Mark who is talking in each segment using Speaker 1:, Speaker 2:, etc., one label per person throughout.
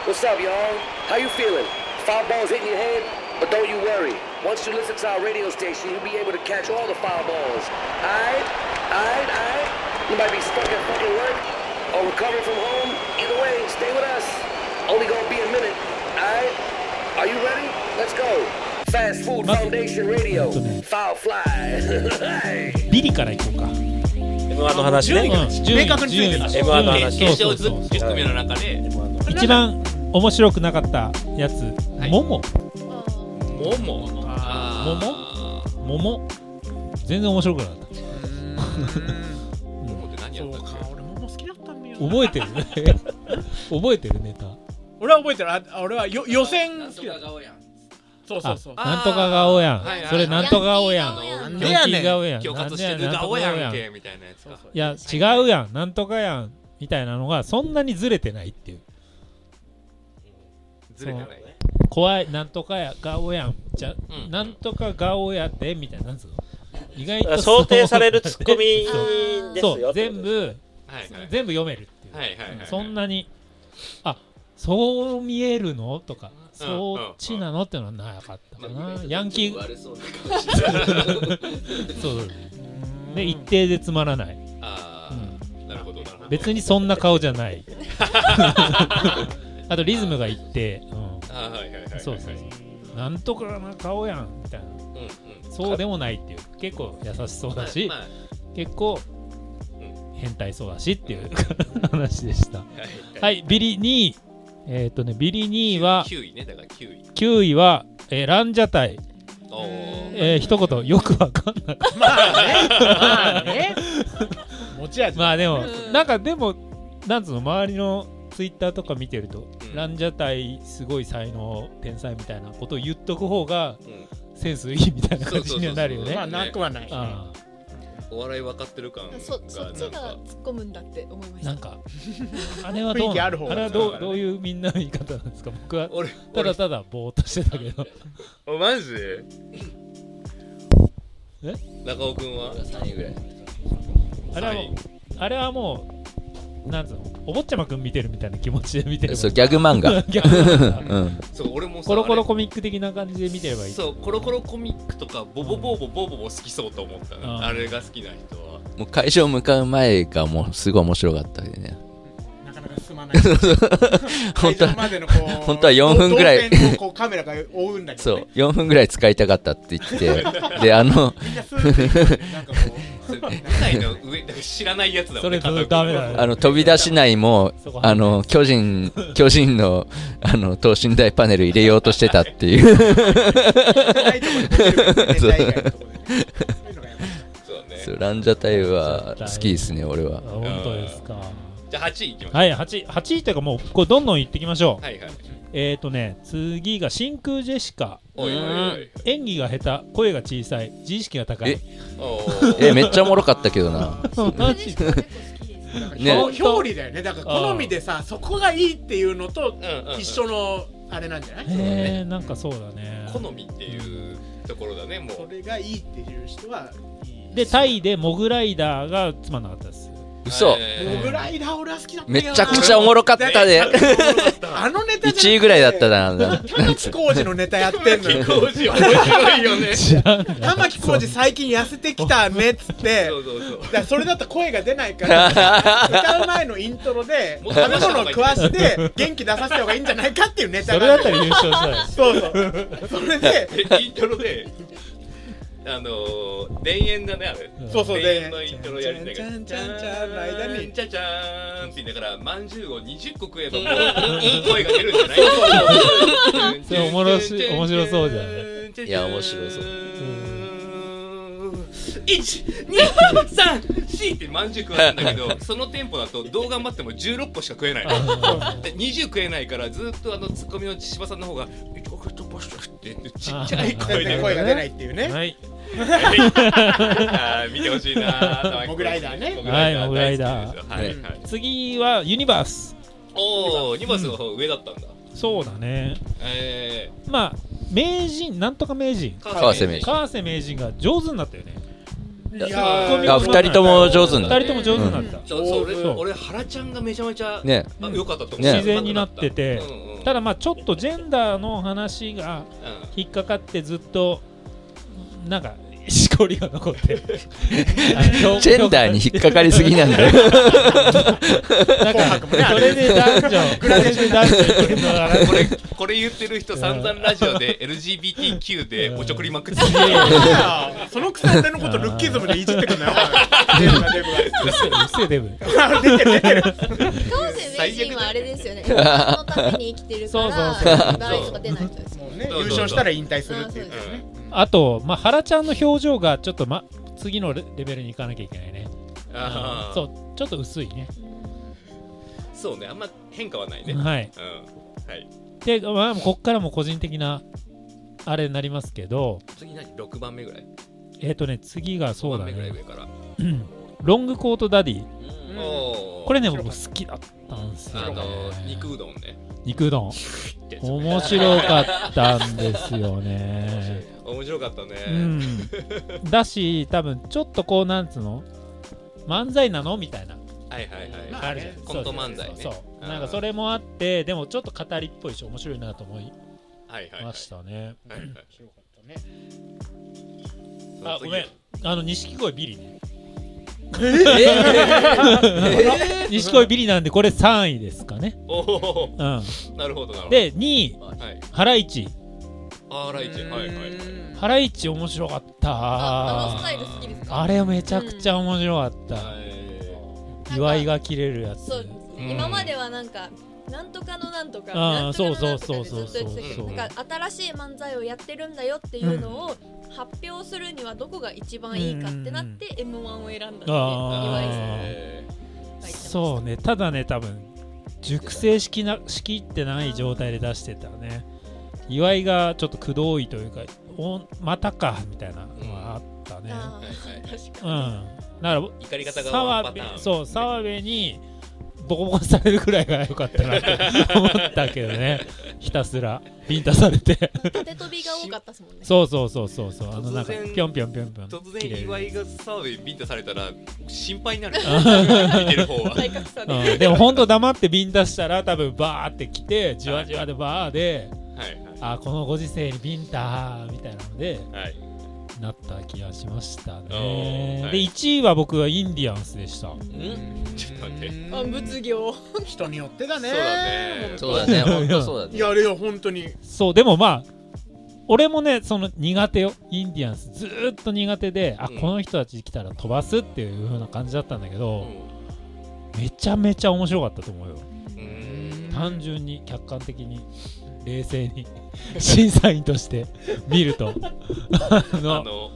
Speaker 1: What's up, y'all? How you feeling? Foul balls hitting your head? But don't you worry. Once you listen to our radio station, you'll be able to catch all the foul balls. Aight? Aight? Aight? You might be stuck at fucking work or recovering from home. Either way, stay with us. Only gonna be a minute. Aight? Are you ready? Let's go. Fast Food Foundation Radio. Foul Fly. Hey.
Speaker 2: ビリからいこうか
Speaker 3: M1 の話ね。
Speaker 2: 順位
Speaker 4: 明確についてた
Speaker 2: 順位
Speaker 3: M1 の
Speaker 2: 順位
Speaker 3: 話
Speaker 4: 決
Speaker 2: そう
Speaker 4: 勝
Speaker 2: そうそう
Speaker 4: 10組の中で、
Speaker 2: 一番面白くなかったやつ、
Speaker 4: はい
Speaker 2: もも
Speaker 4: モモあー
Speaker 2: もも全然面白くなかった
Speaker 4: モモって何や
Speaker 5: そ
Speaker 4: っ
Speaker 5: う
Speaker 4: たっ
Speaker 5: か
Speaker 4: け
Speaker 5: 俺もも好きだったんだよな
Speaker 2: 覚えてる覚えてるネタ
Speaker 5: 俺は覚えてるあ俺はよ予選好きだったそうそ
Speaker 2: あ
Speaker 5: うそう
Speaker 4: あ
Speaker 2: なんとか顔や
Speaker 4: はいはい
Speaker 2: んそれなんとか顔やん
Speaker 4: なん
Speaker 2: ヤン
Speaker 4: で
Speaker 2: キ
Speaker 4: や
Speaker 5: ね
Speaker 2: ー
Speaker 5: ん
Speaker 2: 顔やん
Speaker 4: 恐
Speaker 2: なんで
Speaker 4: 喝して
Speaker 2: や
Speaker 4: る
Speaker 2: なんと
Speaker 4: 顔
Speaker 2: か顔
Speaker 4: や
Speaker 2: や
Speaker 4: ん
Speaker 2: ん
Speaker 4: け
Speaker 2: い
Speaker 4: みたいなやつか
Speaker 5: そう
Speaker 2: や違うやんなんとかやんみたいなのがそんなにずれてないっていう
Speaker 4: ずれてないね
Speaker 2: 怖いなんとかや顔やんじゃ、
Speaker 4: うん
Speaker 2: なんとか顔やでみたいななんつうの意外と
Speaker 3: 想定されるツッコミ
Speaker 6: そう
Speaker 3: です
Speaker 2: そ
Speaker 3: よ
Speaker 2: う。全部
Speaker 4: はいはい
Speaker 2: 全部読めるっていう、
Speaker 4: はいはいはい
Speaker 2: そんなにあそう見えるのとか、
Speaker 4: ん
Speaker 2: そっちなのってのはなかったかな、ヤンキー
Speaker 6: 悪そうな
Speaker 2: そうそうで一定でつまらない
Speaker 4: ああなるほどなるほど
Speaker 2: 別にそんな顔じゃない あとリズムが一定、う
Speaker 4: あーはいはいはいはい
Speaker 2: ん、そうそうそうなんとかな顔やんみたいな
Speaker 4: うんうん
Speaker 2: そうでもないっていう結構優しそうだし、
Speaker 4: まあま
Speaker 2: 結構
Speaker 4: う
Speaker 2: 変態そうだしっていう 話でした
Speaker 4: あはい
Speaker 2: はいビリ2位えーっ、とねビリ2位は
Speaker 4: 9位ねだから9位
Speaker 2: 9位は、えーランジャタイ、
Speaker 4: おお
Speaker 2: えー一言よくわかんない
Speaker 5: まあね 持ち味
Speaker 2: まあでもなんかでもなんつうの周りのツイッターとか見てると、
Speaker 4: うん
Speaker 2: ランジャタイすごい才能天才みたいなことを言っとく方が
Speaker 4: うん
Speaker 2: センスいいみたいな感じにはなるよ
Speaker 4: そうそうそうそう
Speaker 2: ね
Speaker 5: まあなくはない
Speaker 2: あ
Speaker 4: お笑い分かってる感が
Speaker 7: そそっち
Speaker 4: な
Speaker 7: が
Speaker 4: んか
Speaker 7: 突っ込むんだって思いま
Speaker 2: あ
Speaker 7: し
Speaker 2: な
Speaker 7: た
Speaker 2: んかあれはどう
Speaker 5: 雰囲気
Speaker 2: な
Speaker 5: あ
Speaker 2: の
Speaker 5: る方
Speaker 2: あれはどうどういうみんなの言い方なんですか僕は
Speaker 4: 俺
Speaker 2: ただただぼーっとしてたけど
Speaker 4: 俺マジで
Speaker 2: え
Speaker 4: 中尾くんは
Speaker 6: 3位ぐらい
Speaker 2: あれはもうあれはもうなんつうのお坊ちゃまくん見てるみたいな気持ちで見てる
Speaker 6: そうギャグ漫 画
Speaker 2: ギャグなんだ
Speaker 6: うん
Speaker 4: そう俺もさ
Speaker 2: コロコ
Speaker 4: あれ
Speaker 2: ロコミック的な感じで見てればいい。
Speaker 4: そうコロコロコミックとかボボボーボボーボボ好きそうと思ったね
Speaker 2: うん
Speaker 4: あれが好きな人 は
Speaker 6: もう会場向かう前がもうすごい面白かったんでね
Speaker 5: なかなか進まない
Speaker 6: 本当は
Speaker 5: 会場までのこう
Speaker 6: 本当は4分ぐらい
Speaker 5: 動線をこうカメラが追うんだけ
Speaker 6: そ
Speaker 5: ど
Speaker 6: う
Speaker 5: ね
Speaker 6: 4分ぐらい使いたかったって言ってであの
Speaker 5: みんなスーッて行くよねなんかこ
Speaker 4: それ舞台の上だから知らないやつだも
Speaker 2: そ
Speaker 4: んね
Speaker 2: れそれ
Speaker 4: 片
Speaker 2: ダ
Speaker 4: 岡
Speaker 2: メ
Speaker 4: 君
Speaker 2: だ
Speaker 6: あの飛び出しないも
Speaker 2: そこ
Speaker 6: あの巨人巨人のあの等身大パネル入れようとしてたってい
Speaker 5: う
Speaker 6: う
Speaker 5: 暗いとこに出てるからね
Speaker 6: そう
Speaker 5: 大概のとこでねそういうのがやばい
Speaker 4: そうだね
Speaker 6: そうランジャタイは好きですね俺
Speaker 2: あ
Speaker 6: は
Speaker 2: 本当ですか。
Speaker 4: じゃあ8位いきましょ
Speaker 2: はい、8, 8位というかもう、こうどんどん行ってきましょ
Speaker 4: う
Speaker 2: う。
Speaker 4: はいはい
Speaker 2: えっ、ー、とね、次が真空ジェシカ。
Speaker 4: おいおいおい
Speaker 2: 演技が下手、声が小さい、自意識が高い
Speaker 6: え。
Speaker 4: お
Speaker 6: え
Speaker 4: ー
Speaker 6: めっちゃおもろかったけどな
Speaker 2: マジで
Speaker 7: 結構
Speaker 5: だ
Speaker 7: 好きです
Speaker 5: から
Speaker 6: ね
Speaker 5: 表表裏だよねだから好みでさそこがいいっていうのと
Speaker 4: うんうん
Speaker 5: 一緒のあれなんじゃない
Speaker 2: えー、なんかそうだね。
Speaker 4: 好みっていうところだねも
Speaker 5: そうれがいいっていう人はいい
Speaker 2: で、タイでモグライダーがつまんなかったです。
Speaker 6: 嘘
Speaker 4: えー
Speaker 5: モ グライダー俺は好きだった
Speaker 6: め
Speaker 5: けどな
Speaker 6: ちゃくちゃおもろかったで
Speaker 5: あのネタじゃなくて
Speaker 6: 1位ぐらいだったなな
Speaker 5: 玉置浩二のネタ やってんの よ
Speaker 4: 面白いよ ねそ
Speaker 5: 玉置浩二最近痩せてきたねっつっ
Speaker 4: う
Speaker 5: て
Speaker 4: そうそう
Speaker 5: だからそれだと声が出ないから歌う前のイントロで
Speaker 4: もっと
Speaker 5: 食べ物を食わして元気出させた方がいいんじゃないかっていうネ
Speaker 2: そ
Speaker 5: タ
Speaker 2: れ
Speaker 5: が
Speaker 2: だったら優勝したい です。
Speaker 5: そうそうそれで
Speaker 4: でイントロであのー、田園だねあれ
Speaker 5: そうそう
Speaker 4: で
Speaker 5: で、
Speaker 4: のイントロやりながら、
Speaker 5: ちゃんちゃんちゃんの間に
Speaker 4: ちゃちゃーんって言いながら、まんじゅうを20個食えば、もう、声が出るんじゃない
Speaker 2: それおもろし面白そうじゃ
Speaker 4: ん
Speaker 6: いや面白そう。
Speaker 4: 一、二、三、四ってまんじゅう食わすん だけど、そのテンポだと、どう頑張っても16個しか食えない。で20食えないから、ずっとあの、ツッコミの千葉さんの方が、一個飛ばしたって、ちっちゃい声で。
Speaker 5: 声が出ないって いうね
Speaker 2: はい、
Speaker 4: あー見てほしいな
Speaker 5: モグライダーね
Speaker 2: はいモグライダー
Speaker 4: ー大好きですよはいはい
Speaker 2: 次はユニバース。
Speaker 4: おおニバースの方上だったんだ
Speaker 2: そうだね。
Speaker 4: え
Speaker 2: まあ、名人、なんとか名人
Speaker 4: ー。
Speaker 6: 川瀬名人
Speaker 2: 川瀬名人が上手になったよね。
Speaker 5: い
Speaker 6: や
Speaker 5: ー
Speaker 6: あ二人とも上手
Speaker 2: 二
Speaker 6: にな
Speaker 2: 人とも上手になった。
Speaker 4: そうそう俺
Speaker 2: そう
Speaker 4: 俺原ちゃんがめちゃめちゃ
Speaker 6: ね
Speaker 4: あ良かったと思う
Speaker 6: ね
Speaker 2: 自然になってて
Speaker 4: うんうん
Speaker 2: ただまあちょっとジェンダーの話が引っかかってずっとなんかしこりが残って
Speaker 6: ジェンダーに引っかかりすぎなんだよ。
Speaker 2: なんかそれで男女それで男女いけるのかな
Speaker 4: これこれ言ってる人散々ラジオで LGBTQ でおちょくりまくって
Speaker 2: いやいや
Speaker 5: いやそのくさんのことルッキズムでいじってくんなよ。お前デブがデ
Speaker 2: うっせえうっせえデブ
Speaker 5: ブが。 出てる出てる。
Speaker 7: 川瀬名人はあ れですよね。そのために生きてるから、
Speaker 2: そうそうそう
Speaker 7: そのバラエティとか出ない人ですよ。
Speaker 5: もうね
Speaker 4: そうそうそう
Speaker 5: 優勝したら引退するっていう。
Speaker 2: あと、まあ、原ちゃんの表情がちょっと、ま、次のレレベルに行かなきゃいけないね
Speaker 4: あー
Speaker 2: そうちょっと薄いね
Speaker 4: そうねあんま変化はないね、うん
Speaker 2: はい
Speaker 4: はい、
Speaker 2: で、まあ、こっからも個人的なあれになりますけど
Speaker 4: 次何6番目ぐらい
Speaker 2: えっ、とね次がそうだ
Speaker 4: 5番目ぐらい
Speaker 2: ね
Speaker 4: 上から、
Speaker 2: ロングコートダディ
Speaker 4: うんおー
Speaker 2: これね僕好きだったんです
Speaker 4: あ
Speaker 2: よ、ね
Speaker 4: の、肉うどんね
Speaker 2: 肉うどん
Speaker 4: ってやつ
Speaker 2: 面白かったんですよね
Speaker 4: 面白かったね、
Speaker 2: うんだし多分ちょっとこうなんつうの漫才なのみたいな
Speaker 4: はいはいはい、
Speaker 5: まあ
Speaker 2: あるじゃん
Speaker 5: ね
Speaker 4: コント漫才ね
Speaker 2: そうそうそう
Speaker 4: うん
Speaker 2: なんかそれもあってでもちょっと語りっぽいし面白いなと思い
Speaker 4: はいはいはい
Speaker 2: ましたね
Speaker 4: はいはい
Speaker 5: 面白かったね
Speaker 4: そ
Speaker 2: あ
Speaker 4: の
Speaker 2: ご
Speaker 4: 次
Speaker 2: めんあの錦鯉ビリね
Speaker 6: え
Speaker 2: 錦鯉ビリなんでこれ3位ですかね
Speaker 4: おお
Speaker 2: うん
Speaker 4: なるほどなるほど
Speaker 2: で2位
Speaker 4: はい
Speaker 2: ハライチ
Speaker 4: あーライチはいはいはい
Speaker 2: ハライチ面白かった
Speaker 7: ああ
Speaker 2: あ
Speaker 7: のスタイル好きですか。
Speaker 2: れめちゃくちゃ面白かった、
Speaker 4: は
Speaker 2: 祝いが切れるやつ
Speaker 7: そうですね、
Speaker 4: うん
Speaker 7: 今まではなんかなんとかのなんとか
Speaker 2: あー
Speaker 7: なんとかのなんとかって
Speaker 2: そうそう
Speaker 7: ずっと言ってたけ
Speaker 4: そうそう
Speaker 7: ど
Speaker 4: そう
Speaker 7: なんか新しい漫才をやってるんだよっていうのを発表するにはどこが一番いいかってなって m 1を選んだって岩井さんが
Speaker 2: あー
Speaker 4: え
Speaker 7: 言ってました
Speaker 2: そうねただね多分熟成しきなしきってない状態で出してたね岩井がちょっとくどいというかおまたかみたいなのがあったね
Speaker 4: は
Speaker 7: あ
Speaker 4: いはい
Speaker 7: ー確
Speaker 2: う
Speaker 7: か
Speaker 2: んだから
Speaker 4: 怒り方がワ
Speaker 2: 澤
Speaker 4: ンパ
Speaker 2: 部
Speaker 4: ターン
Speaker 2: そう澤部にボコボコにされるくらいが良かったなって 思ったけどねひたすらビンタされて
Speaker 7: に縦飛びが多かったですもんね
Speaker 2: そうそうそうそうそうあのなんか
Speaker 4: 突然
Speaker 2: ぴょんぴょんぴょんぴょん
Speaker 4: 突
Speaker 2: 切れ
Speaker 4: 然
Speaker 2: る
Speaker 4: 岩井が澤部にビンタされたら心配になる見てる方は
Speaker 7: 体格差で、
Speaker 2: うん、でも本当黙ってビンタしたら多分バーって来てじわじわでバーで
Speaker 4: はい
Speaker 2: あこのご時世にビンタみたいなので
Speaker 4: はい
Speaker 2: なった気がしました
Speaker 4: おー
Speaker 2: ね、
Speaker 4: はい
Speaker 2: で1位は僕はインディアンスでした
Speaker 4: ちょっと待って
Speaker 7: あ物業
Speaker 5: 人によってだね。
Speaker 4: そうだね
Speaker 6: そうだね、本当そうだ
Speaker 5: い
Speaker 6: ね。
Speaker 5: やあれよ本当に。
Speaker 2: そうでもまあ俺もねその苦手よインディアンスずーっと苦手で、あ
Speaker 4: うん
Speaker 2: この人たち来たら飛ばすっていう風な感じだったんだけ
Speaker 4: う
Speaker 2: ど、めちゃめちゃ面白かったと思うよ、
Speaker 4: ん
Speaker 2: 単純に客観的に冷静 に審査員として見るとあの
Speaker 4: あの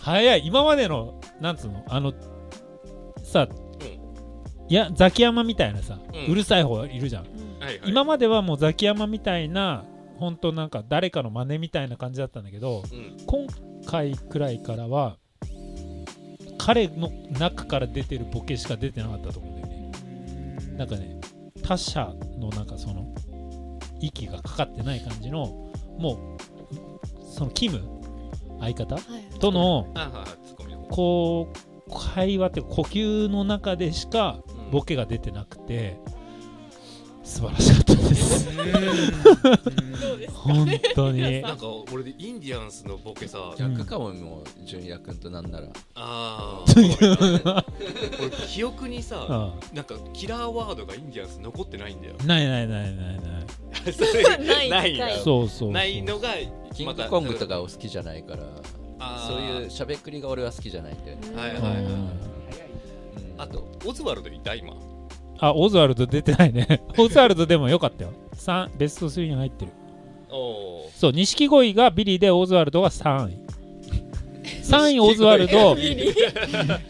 Speaker 2: 早い今までのなんつうのあのさ、
Speaker 4: ん
Speaker 2: いやザキヤマみたいなさ、
Speaker 4: う
Speaker 2: うんるさい方いるじゃん、
Speaker 4: はいはい
Speaker 2: 今まではもうザキヤマみたいな本当なんか誰かの真似みたいな感じだったんだけど
Speaker 4: うん
Speaker 2: 今回くらいからは彼の中から出てるボケしか出てなかったと思うんだよねなんかね他者のなんかその息がかかってない感じのもうそのキム相方
Speaker 7: はい
Speaker 2: との
Speaker 4: あははツッコミの方
Speaker 2: こう会話っていうか呼吸の中でしか
Speaker 4: うん
Speaker 2: ボケが出てなくて素晴らしかったです
Speaker 7: どうですか
Speaker 2: 本当に
Speaker 4: なんか俺でインディアンスのボケさ
Speaker 6: 逆かも、もう、純也君となんなら。
Speaker 4: あ あ俺記憶に
Speaker 2: う
Speaker 4: さ
Speaker 2: ん
Speaker 4: なんかキラーワードがインディアンス残ってないんだよ
Speaker 2: ないないないないない
Speaker 4: それ
Speaker 7: ない
Speaker 4: ない
Speaker 7: ない
Speaker 4: な
Speaker 2: そうそうそう
Speaker 4: ないのが
Speaker 6: キン
Speaker 4: また
Speaker 6: グコングとかを好きじゃないから、
Speaker 4: あー
Speaker 6: そういうしゃべくりが俺は好きじゃないんだよね。
Speaker 4: はいは
Speaker 2: う
Speaker 4: いはい
Speaker 2: ん
Speaker 4: あとオズワルドいた今
Speaker 2: あオズワルド出てないね オズワルドでもよかったよ三ベスト3に入ってる
Speaker 4: おお
Speaker 2: そう錦鯉がビリでオズワルドが3位3位オ ズワル ド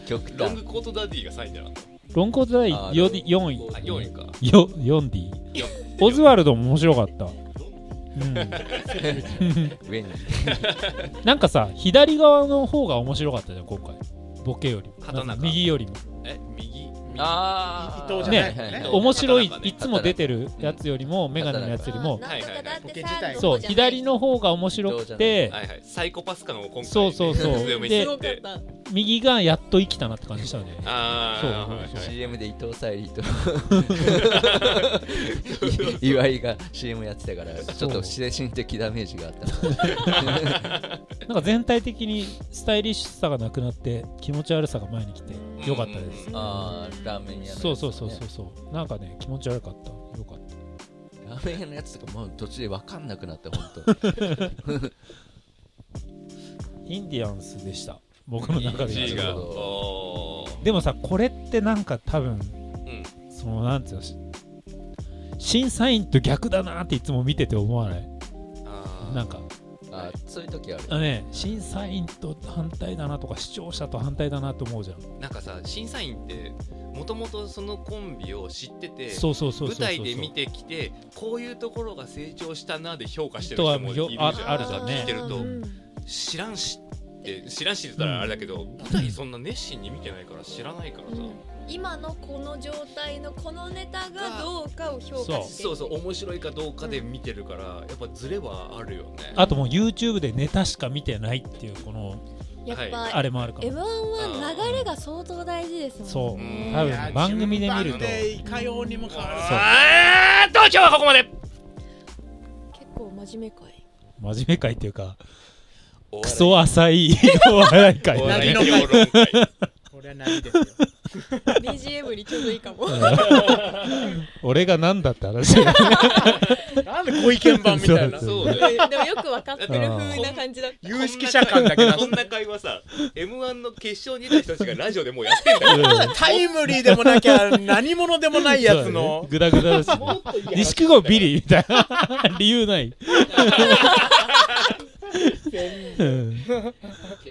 Speaker 6: 極
Speaker 4: ロン
Speaker 6: 端。
Speaker 4: グコートダディが3位じゃなかっ
Speaker 2: ロンコートダイ
Speaker 6: あー
Speaker 2: 4位
Speaker 4: たあ4位か
Speaker 2: よ 4D
Speaker 4: よ
Speaker 2: オズワルドも面白かった、 うん、
Speaker 6: 上に。
Speaker 2: なんかさ左側の方が面白かったじゃん今回ボケより
Speaker 4: 刀
Speaker 2: な
Speaker 4: か
Speaker 2: んか右よりも
Speaker 4: え右
Speaker 6: あ
Speaker 5: ー伊藤
Speaker 2: じゃない
Speaker 6: ね
Speaker 5: ね
Speaker 6: おも
Speaker 2: 面白い、
Speaker 4: 刀がね
Speaker 2: いつも出てるやつよりも、メガネのやつよりも
Speaker 7: なんとかだっ
Speaker 5: はい
Speaker 7: て
Speaker 5: はい
Speaker 7: さ
Speaker 5: はい
Speaker 2: そう左の方が面白く
Speaker 6: 伊藤じ
Speaker 2: て
Speaker 4: はいはいサイコパス感を今回
Speaker 2: そうそうそう
Speaker 4: 強めに
Speaker 2: です
Speaker 4: 言
Speaker 7: ご
Speaker 4: っ
Speaker 7: かってた
Speaker 2: 右がやっと生きたなって感じしたね
Speaker 4: ああ、はい
Speaker 2: そうそう
Speaker 4: はい
Speaker 6: CM で伊藤沙莉と岩井が CM やってたからちょっと精神的ダメージがあった
Speaker 2: なんか全体的にスタイリッシュさがなくなって気持ち悪さが前に来てよかったです、
Speaker 6: あーラーメン屋のやつ、ね、
Speaker 2: そうそうそうそうそうなんかね気持ち悪かったよかった
Speaker 6: ラーメン屋のやつとかもう途中で分かんなくなった本
Speaker 2: インディアンスでした僕の中で
Speaker 4: G
Speaker 2: 一
Speaker 4: が。
Speaker 2: 番
Speaker 4: おー
Speaker 2: でもさこれってなんか多分、そのなんていうのし審査員と逆だなっていつも見てて思わない
Speaker 4: あー
Speaker 2: なんか
Speaker 6: 当あそういう時ある
Speaker 2: あのね審査員と反対だなとか視聴者と反対だなと思うじゃん
Speaker 4: なんかさ審査員ってもともとそのコンビを知ってて
Speaker 2: そうそうそうそう
Speaker 4: 舞
Speaker 2: そう
Speaker 4: 台で見てきてこういうところが成長したなで評価してる
Speaker 2: 人は
Speaker 4: 人もいるじゃ
Speaker 2: よ
Speaker 4: ん
Speaker 2: あるじゃんね
Speaker 4: 聞いてると
Speaker 7: うん
Speaker 4: 知らんしって知らんしって言ったらあれだけど、舞台そんな熱心に見てないから知らないからさ、
Speaker 7: 今のこの状態のこのネタがどうかを評価して
Speaker 4: そうそう面白いかどうかで見てるからやっぱズレはあるよね
Speaker 2: あともう YouTube でネタしか見てないっていうこの
Speaker 7: やっぱ、
Speaker 4: は
Speaker 2: あれもあるから
Speaker 7: M1 は流れが相当大事ですもんね。
Speaker 2: そう
Speaker 4: うん
Speaker 2: 多分番組で見る
Speaker 5: 順番
Speaker 2: と
Speaker 5: でいかようにも変わる
Speaker 4: あー東京はここまで
Speaker 7: 結構真面目かい。
Speaker 2: 真面目会っていうかクソ浅いお笑い会
Speaker 4: お
Speaker 5: お
Speaker 4: 笑
Speaker 5: 笑
Speaker 4: い
Speaker 5: い
Speaker 4: 評
Speaker 5: 評
Speaker 4: 論会
Speaker 5: これはないですよ
Speaker 7: BGM にちょうどいいかも。
Speaker 2: 俺がなんだって話そ
Speaker 5: なんでご意見番みたいな
Speaker 2: そう
Speaker 4: そうだよ
Speaker 7: でもよくわかってる風な感じだった。
Speaker 5: 有識者感だけ出
Speaker 4: こ
Speaker 5: し
Speaker 4: んな会話さ M1 の決勝に出た人たちがラジオでもうやってんだよ
Speaker 5: てタイムリーでもなきゃ何者でもないやつの
Speaker 2: グダグダだし錦鯉ビリーみたいな理由ないうん
Speaker 6: 決